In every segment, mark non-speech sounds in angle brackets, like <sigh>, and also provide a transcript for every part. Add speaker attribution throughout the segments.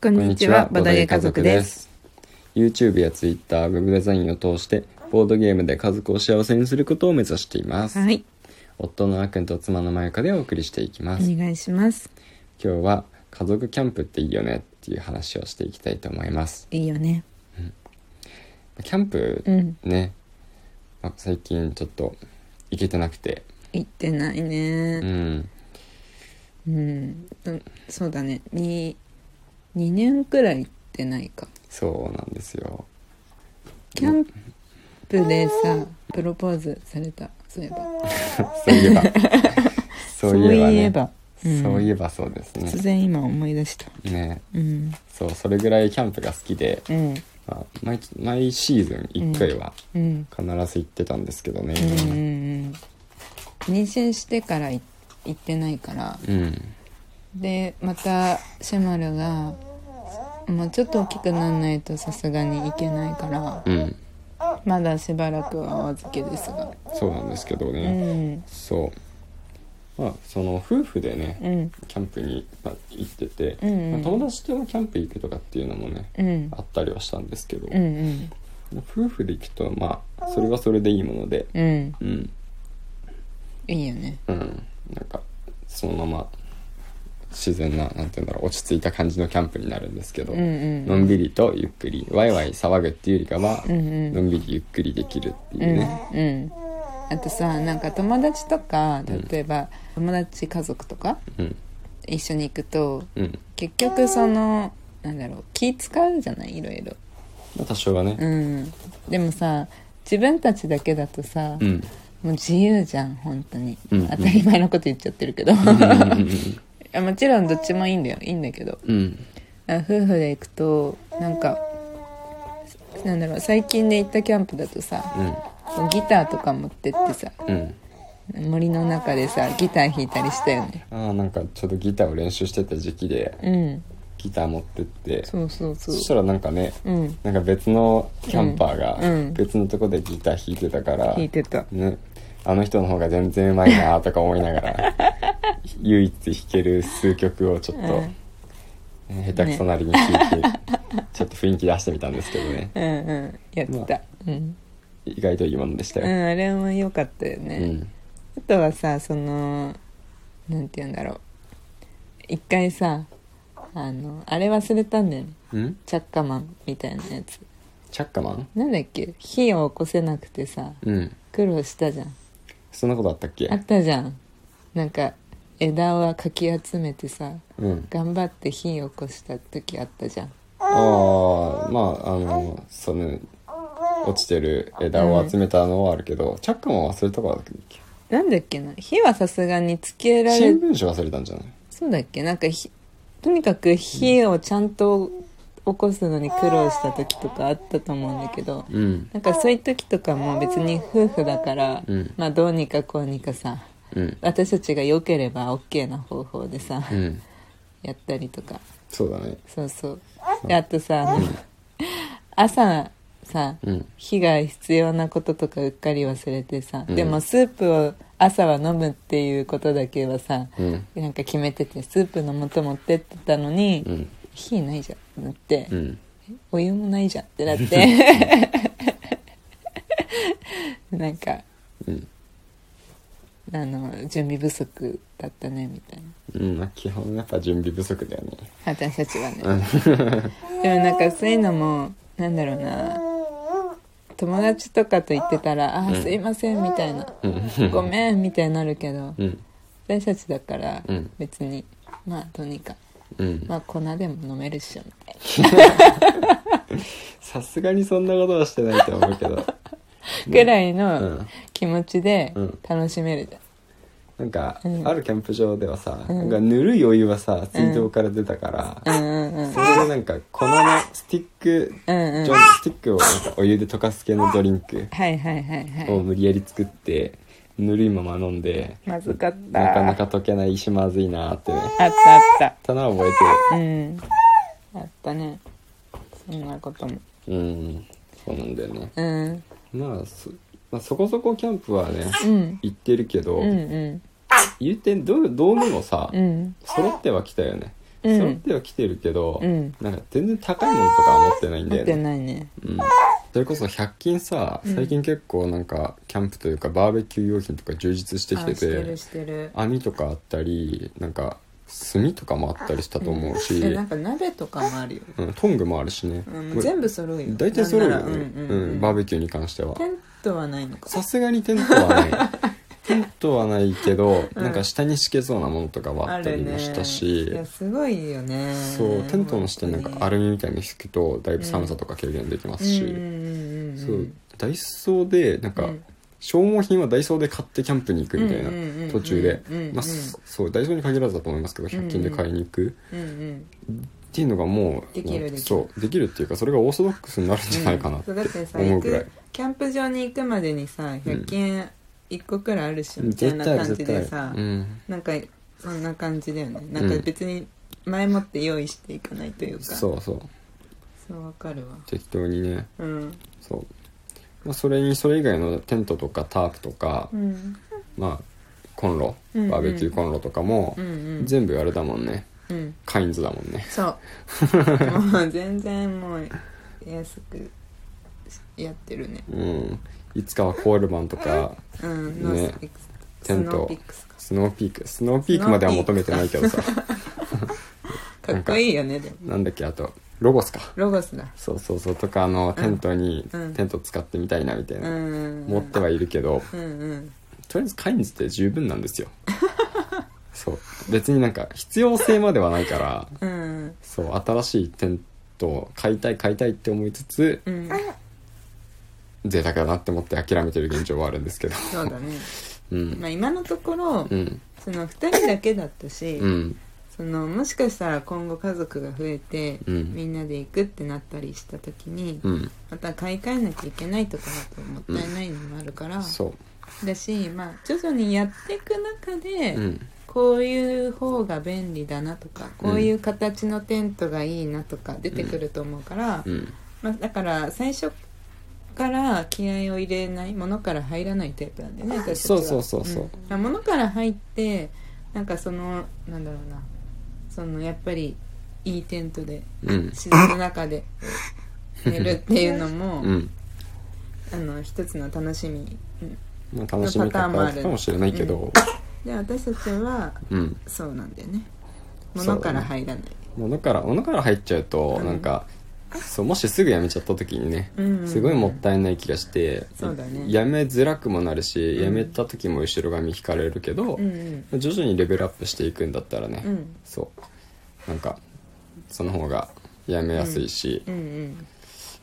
Speaker 1: こんにちは、ボドゲ家族です。。
Speaker 2: YouTube や Twitter、Web デザインを通して、ボードゲームで家族を幸せにすることを目指しています。
Speaker 1: はい、
Speaker 2: 夫のあくんと妻のまゆかでお送りしていき
Speaker 1: お
Speaker 2: ます。
Speaker 1: 願いします。
Speaker 2: 今日は、家族キャンプっていいよねっていう話をしていきたいと思います。
Speaker 1: いいよね。
Speaker 2: キャンプ
Speaker 1: うん、
Speaker 2: ね、まあ最近ちょっと行けてなくて、
Speaker 1: 行ってないうね。
Speaker 2: ん、
Speaker 1: うん、うんそうだね。に、2年くらい行ってないか。
Speaker 2: そうなんですよ。 <laughs>
Speaker 1: キャンプでさ、プロポーズされた。そういえば。
Speaker 2: そういえ <laughs> ば。そういえばね。
Speaker 1: うん
Speaker 2: そういえばそうです
Speaker 1: 突
Speaker 2: ね。
Speaker 1: 然今思い出した。
Speaker 2: ね。
Speaker 1: うん、
Speaker 2: そう、それぐらいキャンプが好きで、
Speaker 1: うん、
Speaker 2: まあ、毎毎シーズン1回は
Speaker 1: うん、
Speaker 2: 必ず行ってたんですけどね。
Speaker 1: うん、うんうん。妊娠してからい行ってないから。
Speaker 2: うん。
Speaker 1: でまたシェマルがもうちょっと大きくならないとさすがにいけないから
Speaker 2: うん。
Speaker 1: まだしばらくはお預けですが
Speaker 2: そうなんですけど
Speaker 1: う
Speaker 2: ね。
Speaker 1: ん
Speaker 2: そう。まあ、その夫婦でね、
Speaker 1: うん
Speaker 2: キャンプに、まあ、行ってて、
Speaker 1: うんうん
Speaker 2: まあ友達ともキャンプ行くとかっていうのもね、
Speaker 1: うん
Speaker 2: あったりはしたんですけど、
Speaker 1: うんうん
Speaker 2: 夫婦で行くと、まあ、それはそれでいいもので、
Speaker 1: うん
Speaker 2: うん。
Speaker 1: いいよね
Speaker 2: うん、なんかそのまま自然ななんて言うんだろう落ち着いた感じのキャンプになるんですけど、
Speaker 1: うんうん
Speaker 2: のんびりとゆっくりワイワイ騒ぐっていうよりかは、
Speaker 1: うんうん
Speaker 2: のんびりゆっくりできるっていう
Speaker 1: うん
Speaker 2: ね、
Speaker 1: うんあとさなんか友達とか例えば友達家族とか
Speaker 2: うん
Speaker 1: 一緒に行くと
Speaker 2: うん
Speaker 1: 結局そのなんだろう気使うじゃないいろいろ
Speaker 2: まあ、多少はね、
Speaker 1: うんでもさ自分たちだけだとさ、
Speaker 2: うん、
Speaker 1: もう自由じゃん本当に、
Speaker 2: うんうん
Speaker 1: 当たり前のこと言っちゃってるけど <laughs> あもちろんどっちもいいんだよいいんだけど
Speaker 2: うん
Speaker 1: あ夫婦で行くとなんかなんだろう最近で行ったキャンプだとさ
Speaker 2: うん
Speaker 1: ギターとか持ってってさ
Speaker 2: うん
Speaker 1: 森の中でさギター弾いたりしたよね
Speaker 2: ああなんかちょっとギターを練習してた時期で
Speaker 1: うん
Speaker 2: ギター持ってって
Speaker 1: そうそうそ
Speaker 2: そうしたらなんかね
Speaker 1: うん
Speaker 2: なんか別のキャンパーが
Speaker 1: うんうん
Speaker 2: 別のとこでギター弾いてたから、
Speaker 1: 弾いてた
Speaker 2: ね、あの人の方が全然うまいなとか思いながら唯一弾ける数曲をちょっと、
Speaker 1: うん
Speaker 2: ね下手くそなりに弾いて、ちょっと雰囲気出してみたんですけどね
Speaker 1: うんうんやってた、うん、
Speaker 2: 意外といいものでした
Speaker 1: うん、
Speaker 2: よ、
Speaker 1: あれも良かったよね、
Speaker 2: うん
Speaker 1: あとはさそのなんて言うんだろう一回さあのあれ忘れたんだよね
Speaker 2: うん、
Speaker 1: チャッカマンみたいなやつ
Speaker 2: チャッカマン
Speaker 1: なんだっけ火を起こせなくてさ
Speaker 2: うん
Speaker 1: 苦労したじゃん
Speaker 2: そんなことあったっけ
Speaker 1: あったじゃんなんか枝はかき集めてさ
Speaker 2: うん
Speaker 1: 頑張って火を起こした時あったじゃん
Speaker 2: ああまああのその落ちてる枝を集めたのはあるけど、チャッカマンは忘れたからだっけ
Speaker 1: なんだっけな火はさすがにつけられ
Speaker 2: 新聞紙忘れたんじゃない
Speaker 1: そうだっけなんかひとにかく火をちゃんと起こすのに苦労した時とかあったと思うんだけど、
Speaker 2: うん
Speaker 1: なんかそういう時とかも別に夫婦だから、
Speaker 2: うん
Speaker 1: まあどうにかこうにかさ
Speaker 2: うん
Speaker 1: 私たちが良ければ OK な方法でさ、
Speaker 2: うん
Speaker 1: やったりとか
Speaker 2: そうだね
Speaker 1: そうそうであとさあの朝さ、
Speaker 2: うん
Speaker 1: 火が必要なこととかうっかり忘れてさ、
Speaker 2: うん
Speaker 1: でもスープを朝は飲むっていうことだけはさ、
Speaker 2: うん
Speaker 1: なんか決めててスープの素持ってってたのに、
Speaker 2: うん
Speaker 1: 火ないじゃんってなって、
Speaker 2: うん
Speaker 1: お湯もないじゃんってなって
Speaker 2: <laughs>
Speaker 1: なんか
Speaker 2: うん
Speaker 1: あの準備不足だったねみたいな
Speaker 2: うん、まあ基本やっぱ準備不足だよね。
Speaker 1: 私たちはね <laughs> でもなんかそういうのもなんだろうな友達とかと言ってたら「あーすいません」みたいな「ごめん」みたいになるけど
Speaker 2: うん、
Speaker 1: 私たちだから
Speaker 2: うん
Speaker 1: 別にまあどうにか
Speaker 2: うん。
Speaker 1: まあ粉でも飲めるっしょみたいな
Speaker 2: さすがにそんなことはしてないと思うけど。 <laughs>
Speaker 1: ぐらいうの
Speaker 2: ん
Speaker 1: 気持ちで
Speaker 2: うん
Speaker 1: 楽しめるじゃん
Speaker 2: なんか、
Speaker 1: ん
Speaker 2: あるキャンプ場ではさ、
Speaker 1: ん
Speaker 2: なんかぬるいお湯はさ、水道から出たから、
Speaker 1: うんうん
Speaker 2: それでなんか粉のスティック、
Speaker 1: うんうん
Speaker 2: ジョンスティックをなんかお湯で溶かす系のドリンク
Speaker 1: はいはいはいは
Speaker 2: を無理やり作って、ぬるいまま飲んで、
Speaker 1: いまずかった
Speaker 2: なかなか溶けないしまずいなーってね、
Speaker 1: あったあった
Speaker 2: たな覚えてる。
Speaker 1: うんあったねそんなことも
Speaker 2: うん、そうなんだよね。
Speaker 1: うん
Speaker 2: まあ、そ,、まあ、そこそこキャンプはね、
Speaker 1: うん
Speaker 2: 行ってるけど、
Speaker 1: うんうん
Speaker 2: 言うてどうどうにもさ、
Speaker 1: うん
Speaker 2: 揃ってはきたよね、
Speaker 1: うん
Speaker 2: 揃っては来てるけど、
Speaker 1: うん
Speaker 2: なんか全然高いものとかは持ってないんだ
Speaker 1: 持っ
Speaker 2: よ
Speaker 1: て
Speaker 2: ね、
Speaker 1: ないね
Speaker 2: うん、それこそ100均さ最近結構なんかキャンプというかバーベキュー用品とか充実してきて
Speaker 1: あして
Speaker 2: て
Speaker 1: るしてる
Speaker 2: 網とかあったりなんか炭とかもあったりしたと思うし、
Speaker 1: えなんか鍋とかもあるよ、
Speaker 2: うん、トングもあるしね、
Speaker 1: うん、
Speaker 2: これ
Speaker 1: 全部揃うよ
Speaker 2: 大体揃うよ
Speaker 1: なんなら
Speaker 2: ね、
Speaker 1: うん
Speaker 2: う
Speaker 1: うん
Speaker 2: ん
Speaker 1: うん
Speaker 2: バーベキューに関しては
Speaker 1: テントはないのか
Speaker 2: さすがにテントは
Speaker 1: <laughs>
Speaker 2: ないテントはないけど、なんか下に敷けそうなものとかはあったりもしたし
Speaker 1: い、やすごいよね
Speaker 2: そうテントの下になんかア
Speaker 1: る
Speaker 2: ルミみたいに敷くとだいぶ寒さとか軽減できますし、そうダイソーでなんか、
Speaker 1: うん
Speaker 2: 消耗品はダイソーで買ってキャンプに行くみたいな、
Speaker 1: うんうんうんうん
Speaker 2: 途中で、
Speaker 1: うんうんうん
Speaker 2: まあ、そそうダイソーに限らずだと思いますけど100均で買いに行く、
Speaker 1: うんうん
Speaker 2: っていうのがもう
Speaker 1: できるできる
Speaker 2: そうできるっていうかそれがオーソドックスになるんじゃないかなって
Speaker 1: そうだってさ
Speaker 2: 思う
Speaker 1: 行
Speaker 2: ぐらい
Speaker 1: く、キャンプ場に行くまでにさ100均1個くらいあるしみたい
Speaker 2: 絶
Speaker 1: な
Speaker 2: 対ある
Speaker 1: 感じ
Speaker 2: 絶対あ
Speaker 1: で
Speaker 2: る
Speaker 1: さ、
Speaker 2: うん、
Speaker 1: なんかそんな感じだよねなんか別に前もって用意していかないというか、う
Speaker 2: そうそう
Speaker 1: そうわかるわ
Speaker 2: 適当にね
Speaker 1: うん
Speaker 2: そう、まあ、それにそれ以外のテントとかタープとか、
Speaker 1: うん
Speaker 2: まあコンロ
Speaker 1: うんうん
Speaker 2: バーベキューコンロとかも、
Speaker 1: うんうん
Speaker 2: 全部あれだもんね
Speaker 1: うん
Speaker 2: カインズだもんね
Speaker 1: そう
Speaker 2: <laughs>
Speaker 1: もう全然もう安くやってるね
Speaker 2: うんいつかはコールマンとか
Speaker 1: うん
Speaker 2: ね
Speaker 1: ノースピックス
Speaker 2: テ
Speaker 1: ス
Speaker 2: ント
Speaker 1: ノーピックスか
Speaker 2: スノーピークスノーピークまでは求めてないけどさ
Speaker 1: かっこいいよねでも
Speaker 2: なんだっけあとロゴスか
Speaker 1: ロゴスだ
Speaker 2: そうそうそうとかあのテントに、
Speaker 1: うん
Speaker 2: テント使ってみたいなみたい
Speaker 1: うん
Speaker 2: な、
Speaker 1: うん
Speaker 2: 持ってはいるけど
Speaker 1: うんうん
Speaker 2: とりあえずカインズって十分なんです <laughs> よそう別になんか必要性まではないから
Speaker 1: うん
Speaker 2: そう新しいテントを買いたい買いたいって思いつつ
Speaker 1: うん
Speaker 2: 贅沢だなって思って諦めてる現状はあるんですけど
Speaker 1: そうだね
Speaker 2: うん
Speaker 1: まあ今のところ
Speaker 2: うん
Speaker 1: その2人だけだったし
Speaker 2: うん
Speaker 1: そのもしかしたら今後家族が増えて
Speaker 2: うん
Speaker 1: みんなで行くってなったりした時に
Speaker 2: うん
Speaker 1: また買い替えなきゃいけないとかだともったいないのもあるから
Speaker 2: そ
Speaker 1: だしまあ徐々にやっていく中
Speaker 2: う
Speaker 1: で、
Speaker 2: うん
Speaker 1: こういう方が便利だなとかこういう形のテントがいいなとか出てくると思うから、
Speaker 2: うん
Speaker 1: まあ、だから最初から気合を入れないものから入らないタイプなんだよね私たちは
Speaker 2: そうそうそうそうん
Speaker 1: だからものから入ってなんかそのなんだろうなそのやっぱりいいテントで
Speaker 2: うん
Speaker 1: 自然の中で寝るっていうのも、
Speaker 2: うん
Speaker 1: あの一つの楽しみうん
Speaker 2: まあ楽しみ方かもしれないけど
Speaker 1: で私たちは
Speaker 2: うん
Speaker 1: そうなんだよね
Speaker 2: そう
Speaker 1: 物から入らない
Speaker 2: 物から物から入っちゃうとなんか、そうもしすぐやめちゃった時にね、
Speaker 1: うんうん
Speaker 2: すごいもったいない気がして
Speaker 1: そうだね
Speaker 2: やめづらくもなるし、やめた時も後ろ髪引かれるけど、
Speaker 1: うん
Speaker 2: 徐々にレベルアップしていくんだったらね、
Speaker 1: うん
Speaker 2: そうなんかその方がやめやすいし、
Speaker 1: うんうん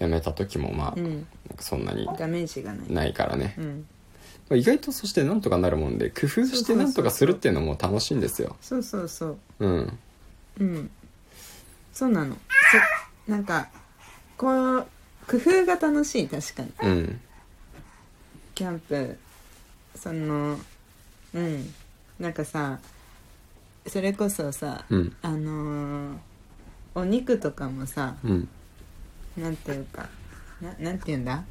Speaker 2: やめた時もまあ、
Speaker 1: う
Speaker 2: なん
Speaker 1: ん
Speaker 2: かそんなに
Speaker 1: ダメージがない
Speaker 2: ないからね、
Speaker 1: うん
Speaker 2: まあ意外とそしてなんとかなるもんで工夫してなんとかするっていうのも楽しいんですよ
Speaker 1: そうそうそう
Speaker 2: うん
Speaker 1: うんそうなのそなんかこう工夫が楽しい確かに
Speaker 2: うん
Speaker 1: キャンプそのうんなんかさそれこそさ、
Speaker 2: うん
Speaker 1: あのーお肉とかもさ
Speaker 2: うん
Speaker 1: なんていうかななんていうんだ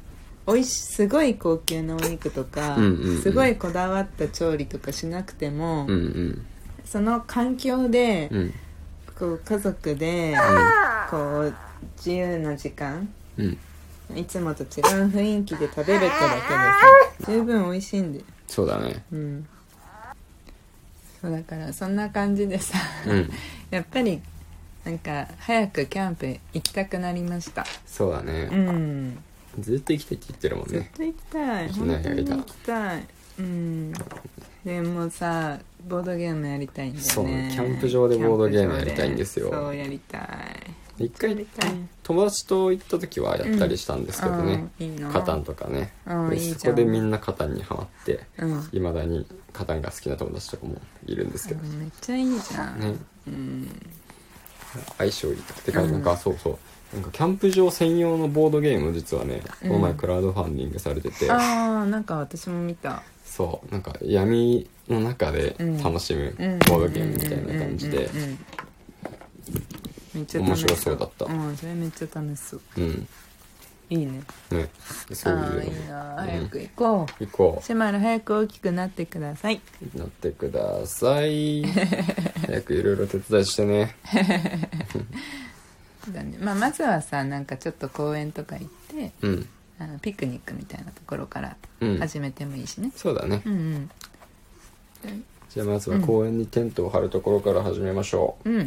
Speaker 1: おいしすごい高級なお肉とか、
Speaker 2: うんうんうん
Speaker 1: すごいこだわった調理とかしなくても、
Speaker 2: うんうん
Speaker 1: その環境で、
Speaker 2: うん
Speaker 1: こう家族で、こう自由な時間
Speaker 2: うん
Speaker 1: いつもと違う雰囲気で食べるってだけでさ十分美味しいんで
Speaker 2: そうだね
Speaker 1: うんそうだからそんな感じでさ、
Speaker 2: うん
Speaker 1: やっぱりなんか早くキャンプ行きたくなりました
Speaker 2: そうだね、
Speaker 1: うん
Speaker 2: ずっと生きてきて言ってるもん
Speaker 1: ずっ
Speaker 2: ね
Speaker 1: と行きたい
Speaker 2: 行きな
Speaker 1: 本
Speaker 2: い
Speaker 1: 当
Speaker 2: 間
Speaker 1: に行きたいうんでもうさボードゲームやりたいんだよね
Speaker 2: そうねキャンプ場でボードゲームやりたいんですよ
Speaker 1: キャンプ場そうやりたい
Speaker 2: 一
Speaker 1: やり
Speaker 2: 回
Speaker 1: たい
Speaker 2: 友達と行った時はやったりしたんですけどね、
Speaker 1: うんいいな
Speaker 2: カタンとかね
Speaker 1: うん
Speaker 2: で
Speaker 1: いいじゃん
Speaker 2: そこでみんなカタンにハマって
Speaker 1: うん
Speaker 2: いまだにカタンが好きな友達とかもいるんですけど、
Speaker 1: めっちゃいいじゃん、
Speaker 2: ね
Speaker 1: うん
Speaker 2: 相性いいとかてかなんかそうそうなんかキャンプ場専用のボードゲーム実はねこの前クラウドファンディングされてて、
Speaker 1: ああなんか私も見た
Speaker 2: そうなんか闇の中で楽しむ
Speaker 1: うん
Speaker 2: ボードゲームみたいな感じで
Speaker 1: うんうんうんうんめっちゃ楽し
Speaker 2: 面白そうだった
Speaker 1: うんそれめっちゃ楽しそう
Speaker 2: うん
Speaker 1: いいね
Speaker 2: ねそう
Speaker 1: ああ
Speaker 2: い
Speaker 1: いういなあ
Speaker 2: うん
Speaker 1: 早く行こう、
Speaker 2: 行こ
Speaker 1: シェマル早く大きくなってくださいう
Speaker 2: なってくだ
Speaker 1: <laughs>
Speaker 2: さい早くいろいろ手伝いしてね
Speaker 1: だねまあ、まずはさなんかちょっと公園とか行って
Speaker 2: うん
Speaker 1: あのピクニックみたいなところから
Speaker 2: うん
Speaker 1: 始めてもいいしね、
Speaker 2: そうだね
Speaker 1: うん、うん
Speaker 2: じゃあまずは公園にテントを張るところから始めましょう
Speaker 1: うんや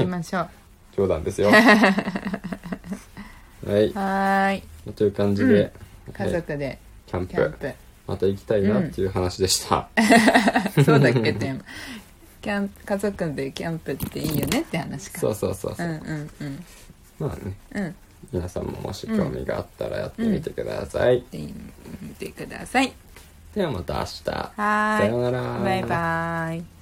Speaker 1: りましょう
Speaker 2: 冗談です
Speaker 1: <laughs>
Speaker 2: よはい
Speaker 1: はーい
Speaker 2: という感じで、
Speaker 1: 家
Speaker 2: はい
Speaker 1: 族で
Speaker 2: キャン
Speaker 1: キャン
Speaker 2: プ
Speaker 1: プ
Speaker 2: <laughs> また行きたいなっていう話でした、
Speaker 1: そうだっけテーマキャンプ家族でキャンプっていいよねって話か
Speaker 2: そうそうそうそううん
Speaker 1: うんうん
Speaker 2: まあね
Speaker 1: うん
Speaker 2: 皆さんももし興味があったらやってみてください、
Speaker 1: で見てください
Speaker 2: ではまた明日
Speaker 1: は
Speaker 2: さよ
Speaker 1: ー
Speaker 2: う
Speaker 1: い
Speaker 2: なら
Speaker 1: バイバイ